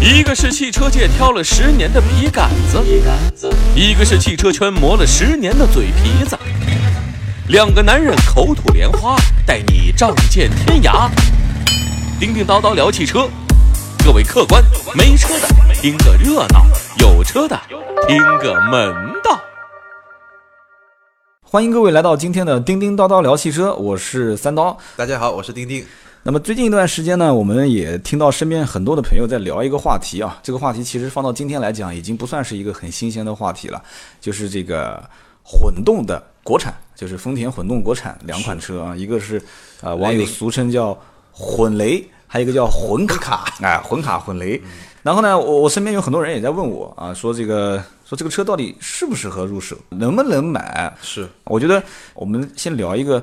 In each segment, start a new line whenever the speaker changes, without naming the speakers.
一个是汽车界挑了十年的笔杆子，一个是汽车圈磨了十年的嘴皮子。两个男人口吐莲花，带你仗剑天涯。叮叮叨叨聊汽车，各位客官，没车的听个热闹，有车的听个门道。
欢迎各位来到今天的叮叮叨叨聊汽车，我是三刀。
大家好，我是丁丁。
那么最近一段时间呢，我们也听到身边很多的朋友在聊一个话题啊，这个话题其实放到今天来讲，已经不算是一个很新鲜的话题了，就是这个混动的国产，就是丰田混动国产两款车啊，一个是呃网友
凌
俗称叫混雷，还有一个叫混卡，哎，混卡混雷。然后呢，我我身边有很多人也在问我啊，说这个说这个车到底适不适合入手，能不能买？
是
我觉得我们先聊一个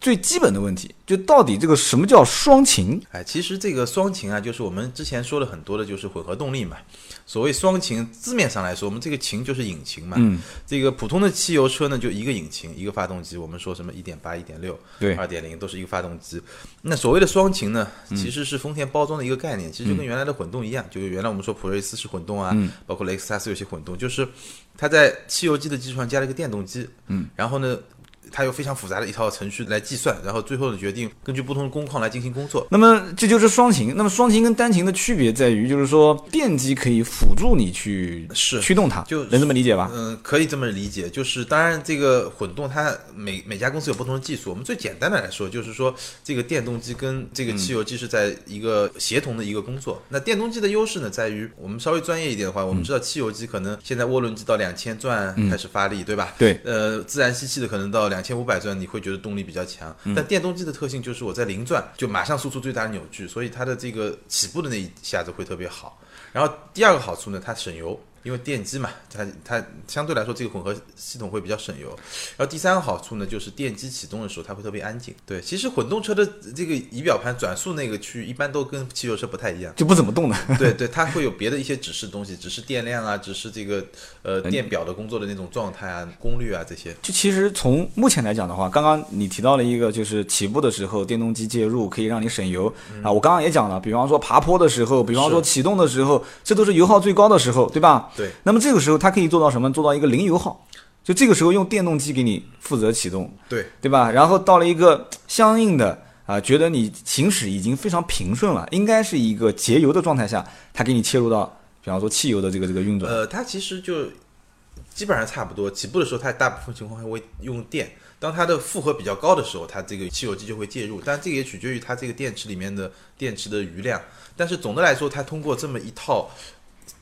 最基本的问题，就到底这个什么叫双擎？
哎，其实这个双擎啊，就是我们之前说了很多的，就是混合动力嘛。所谓双擎，字面上来说，我们这个擎就是引擎嘛。
嗯，
这个普通的汽油车呢，就一个引擎，一个发动机。我们说什么一点八、一点六、
对
二点零都是一个发动机。那所谓的双擎呢，
嗯
其实是丰田包装的一个概念，其实就跟原来的混动一样，就是原来我们说普锐斯是混动啊，
嗯
包括雷克萨斯有些混动，就是它在汽油机的基础上加了一个电动机。嗯，然后呢？它有非常复杂的一套程序来计算，然后最后的决定根据不同的工况来进行工作。
那么这就是双擎。那么双擎跟单擎的区别在于，就是说电机可以辅助你去
是
驱动它，
就
能这么理解吧？
嗯，可以这么理解，就是当然这个混动它每每家公司有不同的技术，我们最简单的来说就是说这个电动机跟这个汽油机是在一个协同的一个工作。那电动机的优势呢，在于我们稍微专业一点
嗯
的话，我们知道汽油机可能现在涡轮机到两千转开始发力，对吧？
对
呃，自然吸气的可能到两千五百转，你会觉得动力比较强。
嗯
但电动机的特性就是我在零转就马上输出最大的扭矩，所以它的这个起步的那一下子会特别好。然后第二个好处呢，它省油，因为电机嘛，它它相对来说这个混合系统会比较省油。然后第三个好处呢，就是电机启动的时候它会特别安静。对，其实混动车的这个仪表盘转速那个区域一般都跟汽油车不太一样。
就不怎么动的。
对对，它会有别的一些指示东西，指示电量啊，指示这个呃电表的工作的那种状态啊、功率啊这些。
就其实从目前来讲的话，刚刚你提到了一个，就是起步的时候电动机介入可以让你省油、
嗯
啊。我刚刚也讲了，比方说爬坡的时候，比方说启动的时候，这都是油耗最高的时候，对吧？
对。
那么这个时候它可以做到什么？做到一个零油耗。就这个时候用电动机给你负责启动，
对，
对吧？然后到了一个相应的啊、觉得你行驶已经非常平顺了，应该是一个节油的状态下，它给你切入到，比方说汽油的这个这个运转。
呃，它其实就基本上差不多。起步的时候，它大部分情况还会用电。当它的负荷比较高的时候，它这个汽油机就会介入，但这个也取决于它这个电池里面的电池的余量。但是总的来说，它通过这么一套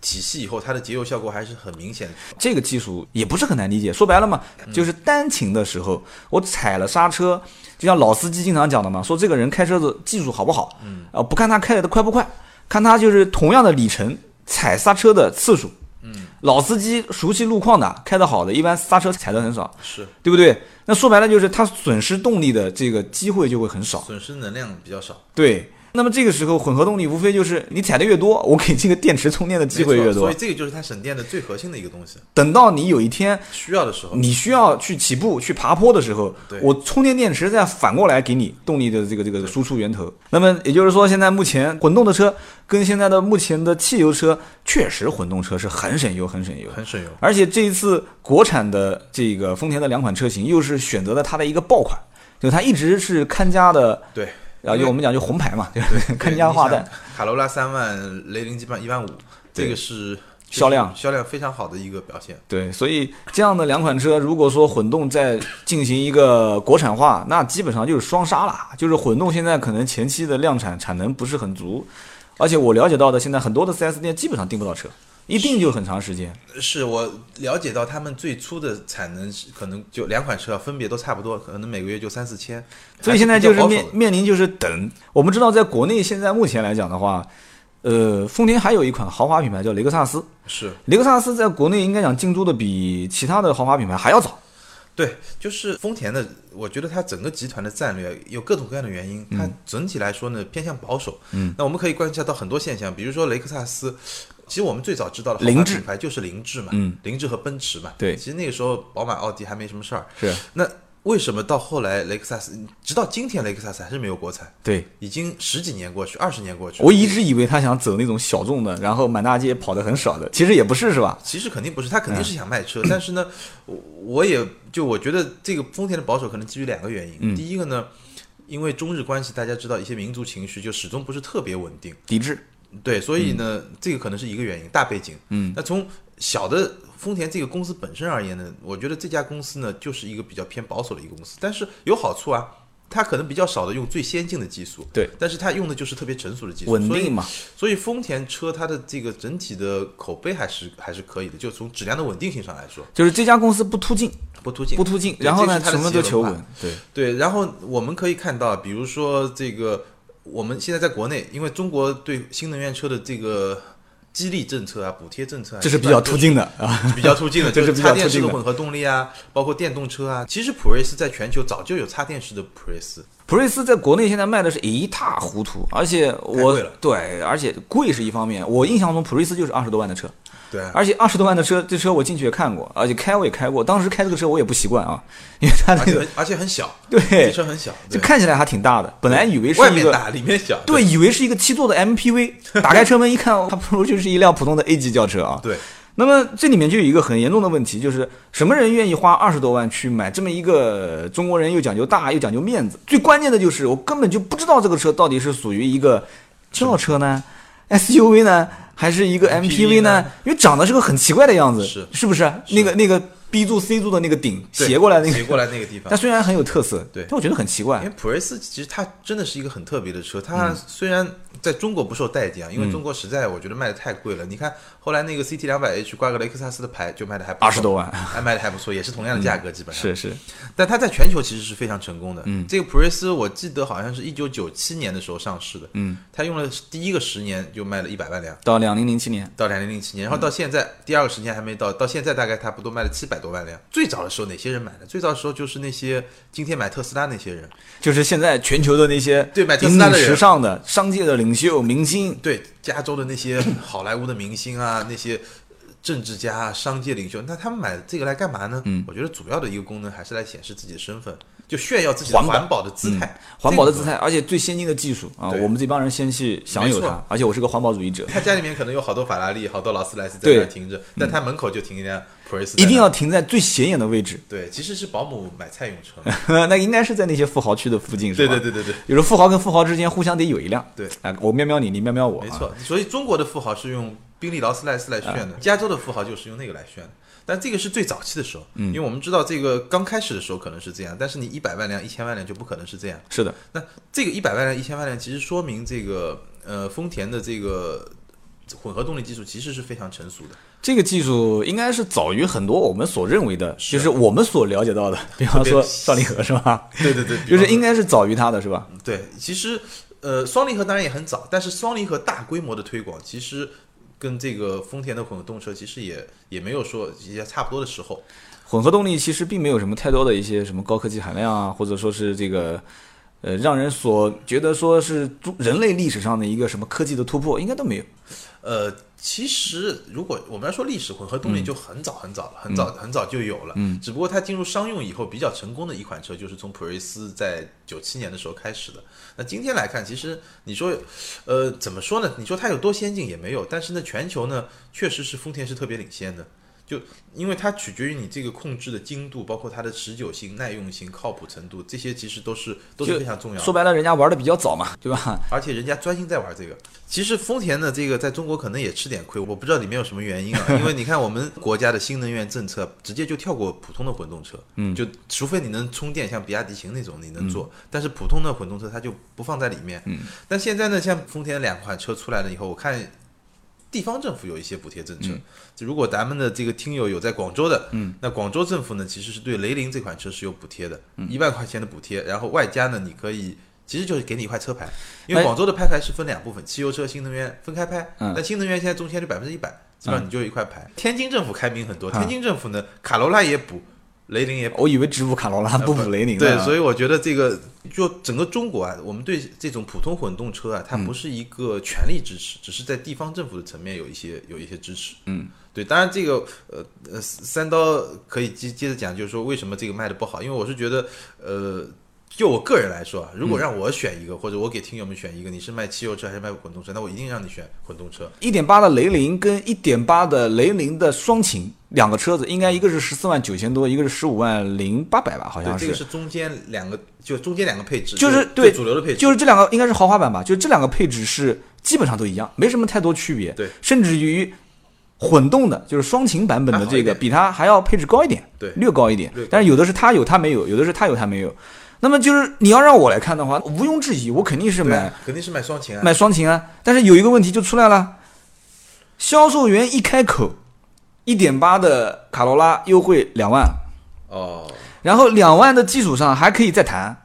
体系以后，它的节油效果还是很明显的。
这个技术也不是很难理解，说白了嘛，
嗯
就是单擎的时候，我踩了刹车，就像老司机经常讲的嘛，说这个人开车子技术好不好，嗯，啊，不看他开的快不快，看他就是同样的里程踩刹车的次数，嗯，老司机熟悉路况的，开得好的，一般刹车踩得很少，
是
对不对？那说白了就是他损失动力的这个机会就会很少，
损失能量比较少，
对。那么这个时候混合动力无非就是你踩的越多，我给这个电池充电的机会
没
越
错
多
所以。这个就是它省电的最核心的一个东西。
等到你有一天
需要的时候，
你需要去起步、去爬坡的时候
对，
我充电电池再反过来给你动力的这个这个输出源头。那么也就是说，现在目前混动的车跟现在的目前的汽油车，确实混动车是很省油、很省油。
很省油。
而且这一次国产的这个丰田的两款车型，又是选择了它的一个爆款，就它一直是看家的，
对，
啊，就我们讲就红牌嘛，对吧？ 看家
化
化弹。，
卡罗拉三万，雷凌基本一万五，这个是
销量
销量非常好的一个表现。
对，所以这样的两款车，如果说混动再进行一个国产化，那基本上就是双杀啦。就是混动现在可能前期的量产产能不是很足，而且我了解到的，现在很多的 4S 店基本上订不到车，一订就很长时间。
是我了解到他们最初的产能是可能就两款车啊分别都差不多，可能每个月就三四千，
所以现在就是
还比较
面
保守的
面临就是等。我们知道，在国内现在目前来讲的话，呃，丰田还有一款豪华品牌叫雷克萨斯，
是
雷克萨斯在国内应该讲进驻的比其他的豪华品牌还要早。
对，就是丰田的，我觉得它整个集团的战略啊有各种各样的原因，它
嗯
整体来说呢偏向保守。嗯，那我们可以观察到很多现象，比如说雷克萨斯。其实我们最早知道的豪华
凌志嗯
品牌就是凌志嘛，凌志和奔驰嘛。
对
其实那个时候宝马、奥迪还没什么事儿。
是
那为什么到后来雷克萨斯，直到今天雷克萨斯还是没有国产？
对，
已经十几年过去，二十年过去了，
我一直以为他想走那种小众的，然后满大街跑的很少的，其实也不是，是吧？
其实肯定不是，他
嗯
肯定是想卖车，但是呢，我我也就我觉得这个丰田的保守可能基于两个原因，
嗯
第一个呢，因为中日关系大家知道一些民族情绪就始终不是特别稳定，
抵制，
对，所以呢，
嗯
这个可能是一个原因，大背景。嗯，那从小的丰田这个公司本身而言呢，我觉得这家公司呢就是一个比较偏保守的一个公司，但是有好处啊。它可能比较少的用最先进的技术，
对，
但是它用的就是特别成熟的技术，
稳
所以
定嘛。
所以丰田车它的这个整体的口碑还是还是可以的，就从质量的稳定性上来说，
就是这家公司不突进，
不突进，
不突进，
对
然后
这
呢
是它的
什么
企业
都求
文化
稳，对，
对，然后我们可以看到，比如说这个，我们现在在国内，因为中国对新能源车的这个激励政策啊、补贴政策啊，
这是比较突进的啊。
一般都是，比较突进的，
这
就是是
比较
插
突进的
电式的混合动力啊，包括电动车啊。其实普锐斯在全球早就有插电式的普锐斯，
普锐斯在国内现在卖的是一塌糊涂，而且我
太贵了
对，而且贵是一方面，我印象中普锐斯就是二十多万的车，
对啊，
而且二十多万的车，这车我进去也看过，而且开我也开过，当时开这个车我也不习惯啊，因为它
而
那
且
个
很而且很小，
对
这，车很小，
就
对啊
看起来还挺大的，本来以为是
外
一
面
个
大，里面小，
对，以为是一个七座的 MPV，打开车门一看，它不如就是一辆普通的 A 级轿车啊。
对，
那么这里面就有一个很严重的问题，就是什么人愿意花二十多万去买这么一个呃中国人又讲究大又讲究面子？最关键的就是我根本就不知道这个车到底是属于一个轿车呢，SUV 呢，还是一个 MPV
MPV
呢
呢？
因为长得是个很奇怪的样子，
是
是不是？那个那个 B 柱 C 柱的那个顶
对
斜过来那
斜过
个，
来那个地方
但。虽然很有特色，
对
但我觉得很奇怪
因为。普锐斯其实它真的是一个很特别的车，
嗯
它虽然在中国不受待见啊，因为中国实在我觉得卖的太贵了。你看后来那个 CT 两百 H 挂个雷克萨斯的牌就卖的还不错
20多万嗯
还卖的还不错，也是同样的价格基本上。
是是，
但它在全球其实是非常成功的。嗯，这个普锐斯我记得好像是一九九七年的时候上市的，嗯，它用了第一个十年就卖了一百万辆。
到两零零七年，
到两零零
嗯
七年，然后到现在、第二个十年还没到，到现在大概差不多卖了七百多万辆。最早的时候哪些人买的？最早的时候就是那些今天买特斯拉那些人，
就是现在全球的那些
对买特斯拉的
引领
人
时尚的商界的领袖、明星，
对加州的 那些好莱坞的明星啊，那些政治家、啊、商界领袖，那他们买这个来干嘛呢？嗯，我觉得主要的一个功能还是来显示自己的身份，就炫耀自己的
环保嗯
环保的姿态，
环保的姿
态。
态，而且最先进的技术啊，
对
我们这帮人先去享有
没
它
错，
而且我是个环保主义 者，
他家里面可能有好多法拉利、好多劳斯莱斯在
对
那儿停着，但他门口就停一辆普锐斯在那儿，
一定要停在最显眼的位置，
对，其实是保姆买菜用车嘛。
那应该是在那些富豪区的附近，是
对
吧？
对对对对，
有时候富豪跟富豪之间互相得有一辆，
对
啊，我喵喵你，你喵喵我，啊
没，错。所以中国的富豪是用宾利、劳斯莱斯来炫的，加州的富豪就是用那个来炫的。但这个是最早期的时候，因为我们知道这个刚开始的时候可能是这样，但是你一百万辆、一千万辆就不可能是这样。
是的，
那这个一百万辆、一千万辆，其实说明这个呃丰田的这个混合动力技术其实是非常成熟的。
这个技术应该是早于很多我们所认为的，就是我们所了解到的，比方说
特别
双离合是吧？
对对对， 比
就是
方说
应该是早于它的是吧？
对，其实呃，双离合当然也很早，但是双离合大规模的推广，其实跟这个丰田的混合动车其实也也没有说也差不多的时候。
混合动力其实并没有什么太多的一些什么高科技含量啊，或者说是这个，呃，让人所觉得说是中人类历史上的一个什么科技的突破，应该都没有。
呃，其实如果我们来说历史，混合
嗯
动力就很早很早了，很早很早就有了。嗯，只不过它进入商用以后比较成功的一款车，就是从普锐斯在九七年的时候开始的。那今天来看，其实你说，呃，怎么说呢？你说它有多先进也没有，但是呢，全球呢确实是丰田是特别领先的。就因为它取决于你这个控制的精度，包括它的持久性、耐用性、靠谱程度，这些其实都是都是
就
非常重要的。
说白了，人家玩的比较早嘛，对吧？
而且人家专心在玩这个。其实丰田的这个在中国可能也吃点亏，我不知道里面有什么原因啊。因为你看我们国家的新能源政策直接就跳过普通的混动车，嗯，就除非你能充电，像比亚迪秦那种你能做，但是普通的混动车它就不放在里面。嗯，但现在呢，像丰田两款车出来了以后，我看地方政府有一些补贴政
嗯
策。就如果咱们的这个听友有在广州的，嗯，那广州政府呢，其实是对雷凌这款车是有补贴的，
嗯
一万块钱的补贴，然后外加呢，你可以。其实就是给你一块车牌，因为
哎
广州的拍牌是分两部分，汽油车、新能源分开拍。
嗯
但新能源现在
嗯
中签率百分之一百，基本上你就有一块牌。天津政府开明很多，天津政府呢，卡罗拉也补，雷凌也
我以为只补卡罗拉不补雷凌呢。
呃对，所
以
以我觉得这个就整个中国啊，我们对这种普通混动车啊，它
嗯
不是一个全力支持，只是在地方政府的层面有一些有一些支持。嗯，对，当然这个呃呃三刀可以接接着讲，就是说为什么这个卖的不好，因为我是觉得呃。就我个人来说啊，
嗯
如果让我选一个，或者我给听友们选一个，你是卖汽油车还是卖混动车？那我一定让你选混动车。
一点八的雷凌跟一点八的雷凌的双擎两个车子，应该一个是十四万九千多，一个是十五万零八百吧，好
对
像，
这个是中间两个，就中间两个配置，
啊就是
对
对
主流的配置，
就是这两个应该是豪华版吧，就这两个配置是基本上都一样，没什么太多区别。
对
甚至于混动的，就是双擎版本的
还好一
这个，
点
比它还要配置高一点，
对
略高一点
略高。
但是有的是它有它没有，有的是它有它没有。那么就是你要让我来看的话，毋庸置疑，我肯定是
对
买
啊肯定是买双擎啊。
买双擎啊。但是有一个问题就出来了，销售员一开口，一点八的卡罗拉优惠两万，
哦，
然后两万的基础上还可以再谈，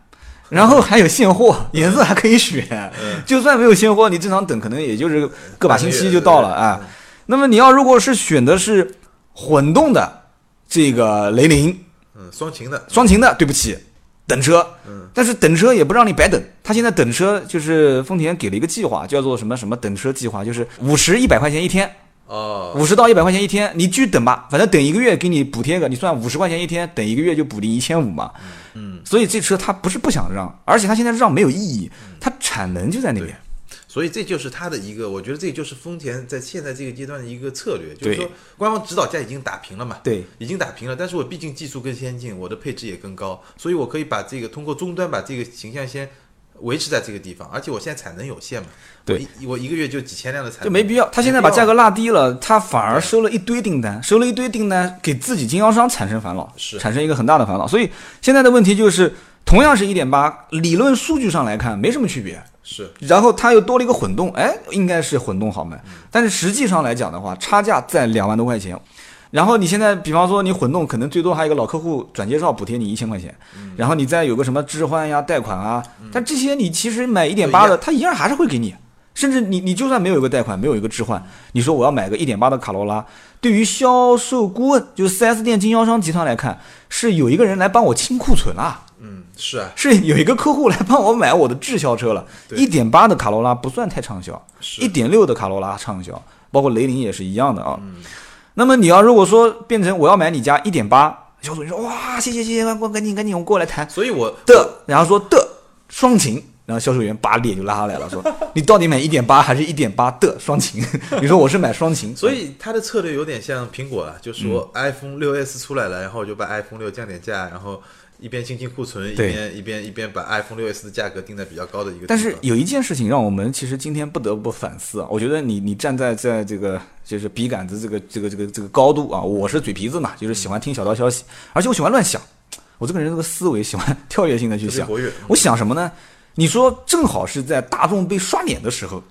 然后还有现货，颜色还可以选。就算没有现货，你正常等可能也就是个把星期就到了啊。那么你要如果是选的是混动的这个雷凌
嗯，双擎的，
双擎的，对不起，等车
嗯。
但是等车也不让你白等，他现在等车就是丰田给了一个计划，叫做什么什么等车计划，就是五十一百块钱一天，
哦，
五十到一百块钱一天，你继续等吧，反正等一个月给你补贴个，你算五十块钱一天，等一个月就补你一千五嘛。
嗯，
所以这车它不是不想让，而且它现在让没有意义，它产能就在那边。
所以这就是它的一个，我觉得这就是丰田在现在这个阶段的一个策略，就
对
是说官方指导价已经打平了嘛，
对，
已经打平了，但是我毕竟技术更先进，我的配置也更高，所以我可以把这个通过终端把这个形象先维持在这个地方，而且我现在产能有限嘛，
对
我一，我一个月就几千辆的产能，
就没必要。他现在把价格拉低了，他反而收了一堆订单，收了一堆订单，给自己经销商产生烦恼，
是
产生一个很大的烦恼。所以现在的问题就是，同样是一点八，理论数据上来看没什么区别，
是
然后它又多了一个混动，哎，应该是混动好卖。但是实际上来讲的话，差价在两万多块钱。然后你现在，比方说你混动，可能最多还有一个老客户转介绍补贴你一千块钱，然后你再有个什么置换呀、贷款啊，但这些你其实买一点八的，它一样还是会给你。甚至你你就算没有一个贷款，没有一个置换，你说我要买个一点八的卡罗拉，对于销售顾问，就是4 S 店经销商集团来看，是有一个人来帮我清库存啊。
嗯是啊，
是有一个客户来帮我买我的滞销车了，
对
一点八的卡罗拉不算太畅销，
是
一点六的卡罗拉畅销，包括雷凌也是一样的啊。
嗯
那么你要如果说变成我要买你家一点八，销售员说哇谢谢谢谢，赶赶紧赶紧，我过来谈
所以我
的，然后说的双擎，然后销售员把脸就拉下来了， 说你到底买一点八还是一点八的双擎？ 你说我是买双擎，
所以它的策略有点像苹果
嗯
啊，就说 iPhone 六 S 出来了，然后我就把 iPhone 六降点价，然后一边清清库存，一
对
边一边一边把 iPhone 六 S 的价格定在比较高的一个地方。
但是有一件事情让我们其实今天不得不反思啊，我觉得你你站在在这个就是笔杆子这个这个这个这个高度啊，我是嘴皮子嘛，就是喜欢听小道消息，而且我喜欢乱想，我这个人这个思维喜欢跳跃性的去
特别
想
活跃，
我想什么呢？你说正好是在大众被刷脸的时候，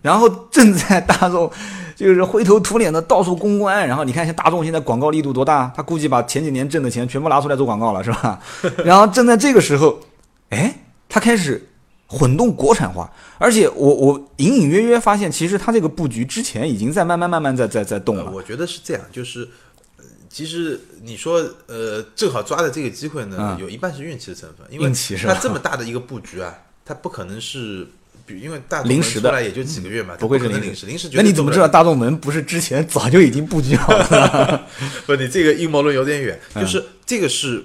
然后正在大众就是灰头土脸的到处公关，然后你看像大众现在广告力度多大，他估计把前几年挣的钱全部拿出来做广告了，是 吧？然后正在这个时候，哎，他开始混动国产化，而且我我隐隐约约发现，其实他这个布局之前已经在慢慢慢慢在在在动
呃
了。
我觉得是这样，就是。呃其实你说，呃，正好抓的这个机会呢，
嗯
有一半是运气的成分，因为
运气是
它
吧
这么大的一个布局啊，它不可能是，比因为大众
临时的嗯
出来也就几个月嘛，它
不会
可
是
能
临
临时，临时
那你怎么知道大众门不是之前早就已经布局好 了？
不，你这个阴谋论有点远，就是这个是，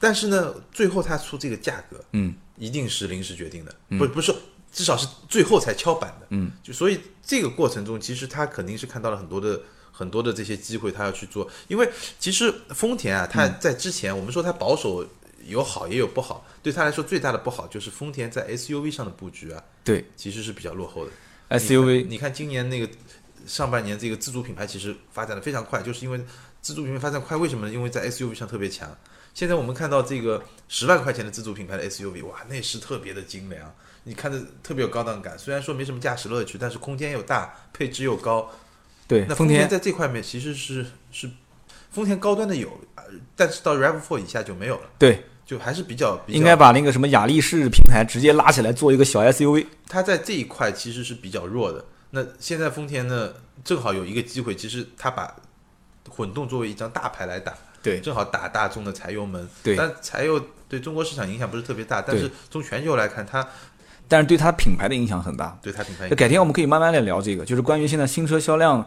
但是呢，最后他出这个价格，
嗯，
一定是临时决定的，不不是，至少是最后才敲板的，嗯，就所以这个过程中，其实他肯定是看到了很多的。很多的这些机会，他要去做，因为其实丰田啊，它在之前我们说它保守有好也有不好，对他来说最大的不好就是丰田在 SUV 上的布局啊，
对
其实是比较落后的。你看
，SUV
你看今年那个上半年这个自主品牌其实发展的非常快，就是因为自主品牌发展快，为什么呢？因为在 SUV 上特别强。现在我们看到这个十万块钱的自主品牌的 SUV，哇，内饰特别的精良，你看着特别有高档感。虽然说没什么驾驶乐趣，但是空间又大，配置又高。
对
那
丰
田
田
在这块面其实是是丰田高端的有，呃但是到 RAV4 以下就没有了，
对，
就还是比较比较
应该把那个什么雅力士平台直接拉起来做一个小 SUV。
它在这一块其实是比较弱的。那现在丰田呢，正好有一个机会，其实它把混动作为一张大牌来打，
对
正好打大众的柴油门。
对
但柴油对中国市场影响不是特别大，但
对
是从全球来看，它
但是对它品牌的影响很大。
对它品牌
那改天我们可以慢慢来聊这个，就是关于现在新车销量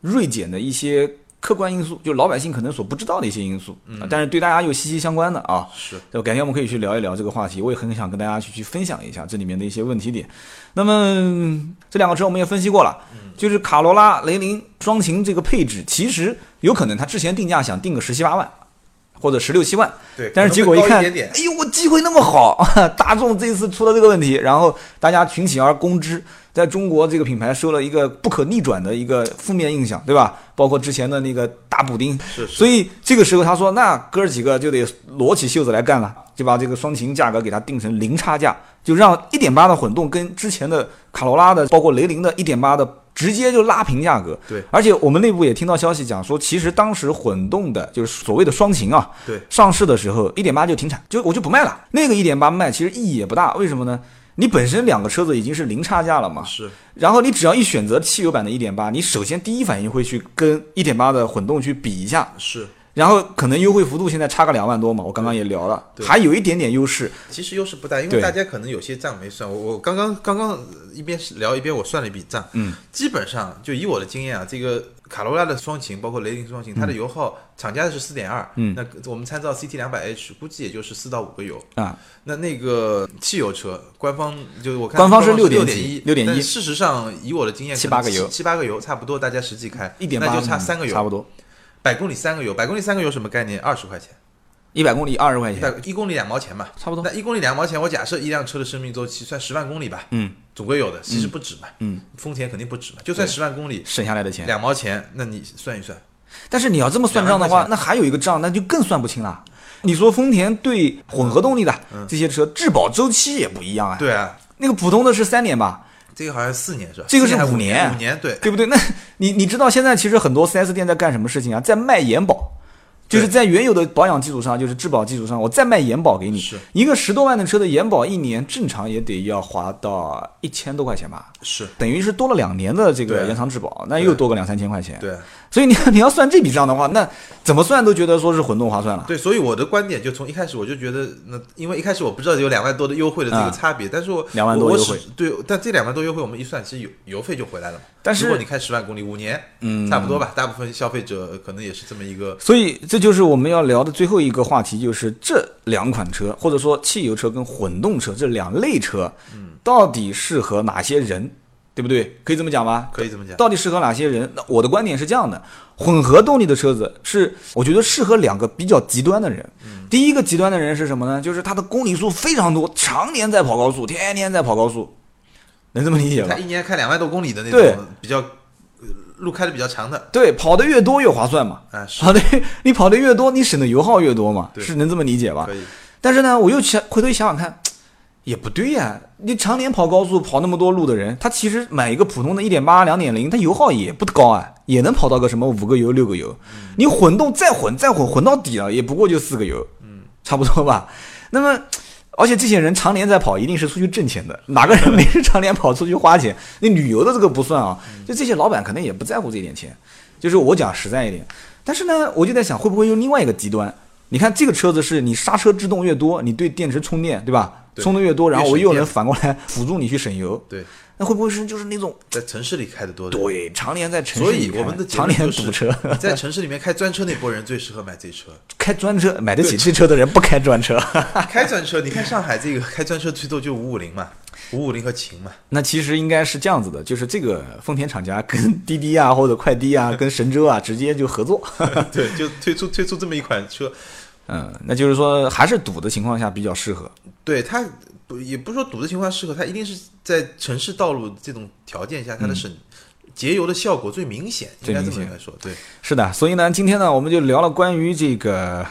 锐减的一些客观因素，就老百姓可能所不知道的一些因素，
嗯
啊但是对大家又息息相关的啊。
是
对吧，改天我们可以去聊一聊这个话题，我也很想跟大家去去分享一下这里面的一些问题点。那么嗯这两个车我们也分析过了，
嗯
就是卡罗拉、雷凌双擎这个配置，其实有可能它之前定价想定个十七八万。或者十六七万，
对，
但是结果
可能会
看，
高一点点
哎呦，我机会那么好， 大众这次出了这个问题，然后大家群起而攻之，在中国这个品牌受了一个不可逆转的一个负面印象，对吧？包括之前的那个大补丁，
是是
所以这个时候他说，那哥儿几个就得裸起袖子来干了，就把这个双擎价格给它定成零差价，就让1.8的混动跟之前的卡罗拉的，包括雷凌的1.8的。直接就拉平价格，
对
而且我们内部也听到消息讲说，其实当时混动的，就是所谓的双擎啊，
对
上市的时候一点八就停产，就我就不卖了。那个一点八卖其实意义也不大，为什么呢？你本身两个车子已经是零差价了嘛，
是
然后你只要一选择汽油版的一点八，你首先第一反应会去跟一点八的混动去比一下，
是，
然后可能优惠幅度现在差个两万多嘛，我刚刚也聊了，
对
还有一点点优势，
其实优势不大，因为
对
大家可能有些账没算。我我刚刚刚刚一边聊一边我算了一笔账，
嗯，
基本上就以我的经验啊，这个卡罗拉的双擎，包括雷凌双擎，它的油耗厂家的是四点二，
嗯
那我们参照 CT 两百 H，估计也就是四到五个油
啊。
那那个汽油车，官方就是我看
官方是
六
6.1
一，
6.1
但事实上以我的经验，
七
可能
八个油
七八个油差不多，大家实际开
一点八嗯
那就差三个油，
差不多，
百公里三个油，百公里三个油什么概念？二十块钱。
一百公里二十块钱，
大一公里两毛钱吧，
差不多
那一公里两毛钱，我假设一辆车的生命周期算十万公里吧，
嗯，
总归有的，其实不止嘛，
嗯，
丰田肯定不止嘛，就算十万公里
省下来的钱。
两毛钱，那你算一算，
但是你要这么算账的
两万块
话，
钱
那还有一个账，那就更算不清了。你说丰田对混合动力的
嗯
这些车质保周期也不一样啊，
对啊，
那个普通的是三年吧，
这个好像四年是吧？
这个是
四年还
五
五
年
五年对，
对不对？那你你知道现在其实很多 4S 店在干什么事情啊？在卖延保，就是
对
在原有的保养基础上，就是质保基础上，我再卖延保给你
是。
一个十多万的车的延保，一年正常也得要花到一千多块钱吧，
是，
等于是多了两年的这个
对
延长质保，那又多个两三千块钱。
对啊
所以你 你要算这笔账的话，那怎么算都觉得说是混动划算了。
对，所以我的观点就从一开始我就觉得，那因为一开始我不知道有两万多的优惠的这
啊
个差别，但是我
2万多
我我
优惠
始，对，但这两万多优惠我们一算，其实油油费就回来了嘛。
但是
如果你开十万公里，五年，嗯，差不多吧，大部分消费者可能也是这么一个
所以这就是我们要聊的最后一个话题，就是这两款车，或者说汽油车跟混动车这两类车，
嗯
到底适合哪些人，对不对？可以这么讲吧？
可以这么讲
到底适合哪些人？那我的观点是这样的：混合动力的车子是我觉得适合两个比较极端的人。
嗯
第一个极端的人是什么呢？就是他的公里数非常多，常年在跑高速，天天在跑高速，能这么理解吧
他？一年开两万多公里的那
对
种，比较呃路开的比较长的，
对，跑得越多越划算嘛。
啊，是
跑得 越你跑得越多，你省的油耗越多嘛，
对
是能这么理解吧？
可以，
但是呢，我又想回头一想想看，也不对呀、你常年跑高速跑那么多路的人，他其实买一个普通的1.8、2.0，他油耗也不高啊，也能跑到个什么五个油、六个油。你混动再混再混，混到底了也不过就四个油，嗯，差不多吧。那么。而且这些人常年在跑，一定是出去挣钱的。哪个人没事常年跑出去花钱？那旅游的这个不算啊，就这些老板可能也不在乎这一点钱。就是我讲实在一点，但是呢，我就在想会不会有另外一个极端？你看这个车子是你刹车制动越多，你对电池充电，对吧？
对
充的越多，然后
越
我
省
又能
电
反过来辅助你去省油，
对，
那会不会是就是那种
在城市里开的多的，
对常年在城
所
市里
以
开，
我们的结
常
论
年
就是
堵车，
你 在城市里面开专车那波人最适合买 这车。
开专车买得起这车的人不开专车。
开专车，你看上海这个 开专车最多就五五零嘛，五五零和秦嘛，
那其实应该是这样子的，就是这个丰田厂家跟滴滴啊或者快滴啊跟神州啊直接就合作，
对，就推出推出这么一款车，
嗯，那就是说还是堵的情况下比较适合。
对它不也不是说堵的情况下适合，它一定是在城市道路这种条件下，
嗯
它的省节油的效果最明显，应该这
最
么
明显
来说，对，
是的，所以呢，今天呢，我们就聊了关于这个，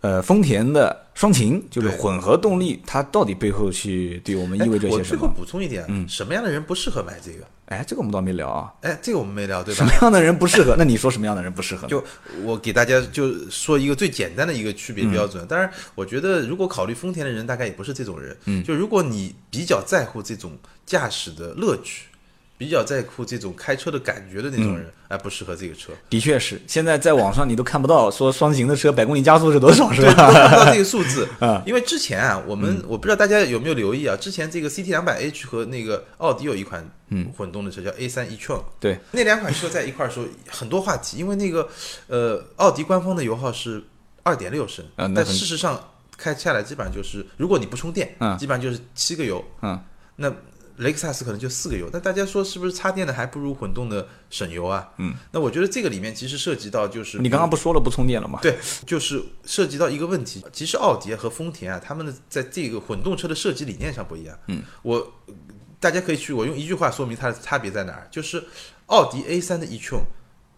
呃，丰田的双擎，就是
对
混合动力，它到底背后去对我们意味着
哎我
些什
最后
么？
补充一点，嗯，什么样的人不适合买这个？
哎，这个我们倒没聊啊，
哎，这个我们没聊，对吧
什么？样的人不适合？那你说什么样的人不适合？
就我给大家就说一个最简单的一个区
嗯
别标准，当然我觉得如果考虑丰田的人，大概也不是这种人。嗯，就如果你比较在乎这种驾驶的乐趣，比较在乎这种开车的感觉的那
嗯
种人，哎，不适合这 个车。
的确是，现在在网上你都看不到说双擎的车百公里加速是多少，是
对，不
吧？
知道这个 数字
嗯
因为之前啊，我们我不知道大家有没有留意啊，之前这个 CT 两百 H 和那个奥迪有一款
嗯
混动的车叫 A 三 e t r o n
对，
那两款车在一块儿的时候很多话题，因为那个呃，奥迪官方的油耗是二点六升，
啊那
但
很
事实上开下来基本上就是，如果你不充电，
嗯
基本上就是七个油，
嗯，
那雷克萨斯可能就四个油，那大家说是不是插电的还不如混动的省油啊？嗯，那我觉得这个里面其实涉及到就是
你刚刚不说了不充电了吗？
对，就是涉及到一个问题，其实奥迪和丰田啊，他们的在这个混动车的设计理念上不一样。嗯，我大家可以去，我用一句话说明它的差别在哪儿，就是奥迪 A 3的 e t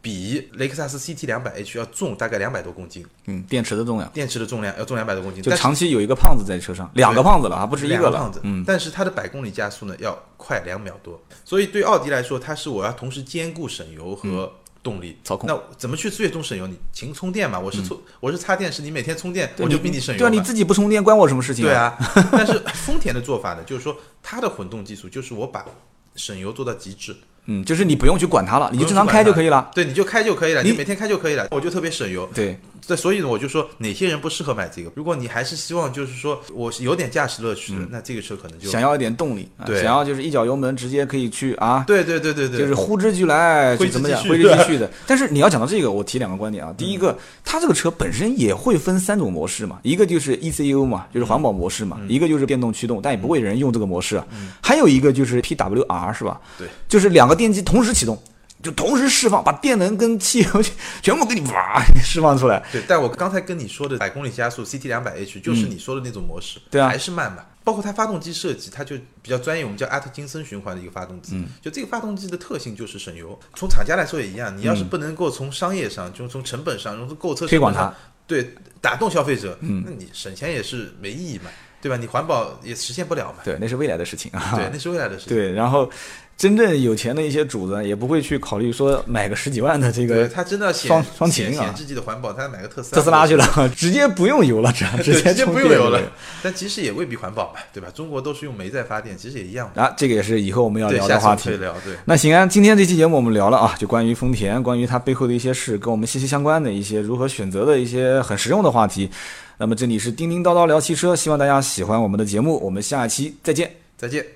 比雷克萨斯 CT 两百 H 要重大概两百多公斤，
嗯，电池的重量，
电池的重量要重两百多公斤，
就
但是
长期有一个胖子在车上，两个胖子了啊，不止一
两
个
胖
了
子。，
嗯，
但是它的百公里加速呢要快两秒多，所以对奥迪来说，它是我要同时兼顾省油和
嗯
动力、
操控
那怎么去最终省油？你勤充电嘛，我是充，我是插电式，你每天充电，
对
我就比你省油
对啊，
嘛。
你自己不充电关我什么事情？
对，啊，但是丰田的做法呢，就是说它的混动技术就是我把省油做到极致，
嗯，就是你不用去管它了，你
你
就正常开就可以了。
对，你就开就可以了，
你
你每天开就可以了，我就特别省油。
对，
对，所以呢，我就说哪些人不适合买这个。如果你还是希望就是说我是有点驾驶乐趣的，那这个车可能就
想要一点动力，啊
对
想要就是一脚油门直接可以去啊，
对对对对对，
就是呼之即来，
挥
就
之
怎么
即
讲，
去嗯
挥之即去的。但是你要讲到这个，我提两个观点啊。第一个，它这个车本身也会分三种模式嘛，一个就是 ECU 嘛，就是环保模式
嗯
嘛，一个就是电动驱动，但也不会有人用这个模式啊。还有一个就是 PWR 是吧？
对，
就是两个电机同时启动。就同时释放，把电能跟汽油 全部给你哇释放出来。
对，但我刚才跟你说的百公里加速 CT 两百 H 就是你说的那种模式，
嗯对啊
还是慢嘛。包括它发动机设计，它就比较专业，我们叫阿特金森循环的一个发动机。
嗯
就这个发动机的特性就是省油。从厂家来说也一样，你要是不能够从商业上，就从成本上，从购车
嗯推广
成本上
它，嗯
对，打动消费者，那你省钱也是没意义嘛，对吧？你环保也实现不了嘛，
对，那是未来的事情啊。
对，那是未来的事 情。
对，然后真正有钱的一些主子也不会去考虑说买个十几万的这
对，
个
他真的要显
双双
显
擎啊
显自己的环保，他买个特斯拉
特斯拉去了，直接不用油了，这样
对
直接
直接
充
不用
电
油了
对。
但其实也未必环保吧，对吧？中国都是用煤在发电，其实也一样嘛。
啊，这个也是以后我们要
对，
聊
下
的
次我
话
们可以
题。
聊，对。
那行啊，今天这期节目我们聊了啊，就关于丰田，关于它背后的一些事，跟我们息息相关的一些如何选择的一些很实用的话题。那么这里是叮叮叨叨聊汽车，希望大家喜欢我们的节目，我们下一期再见。
再见。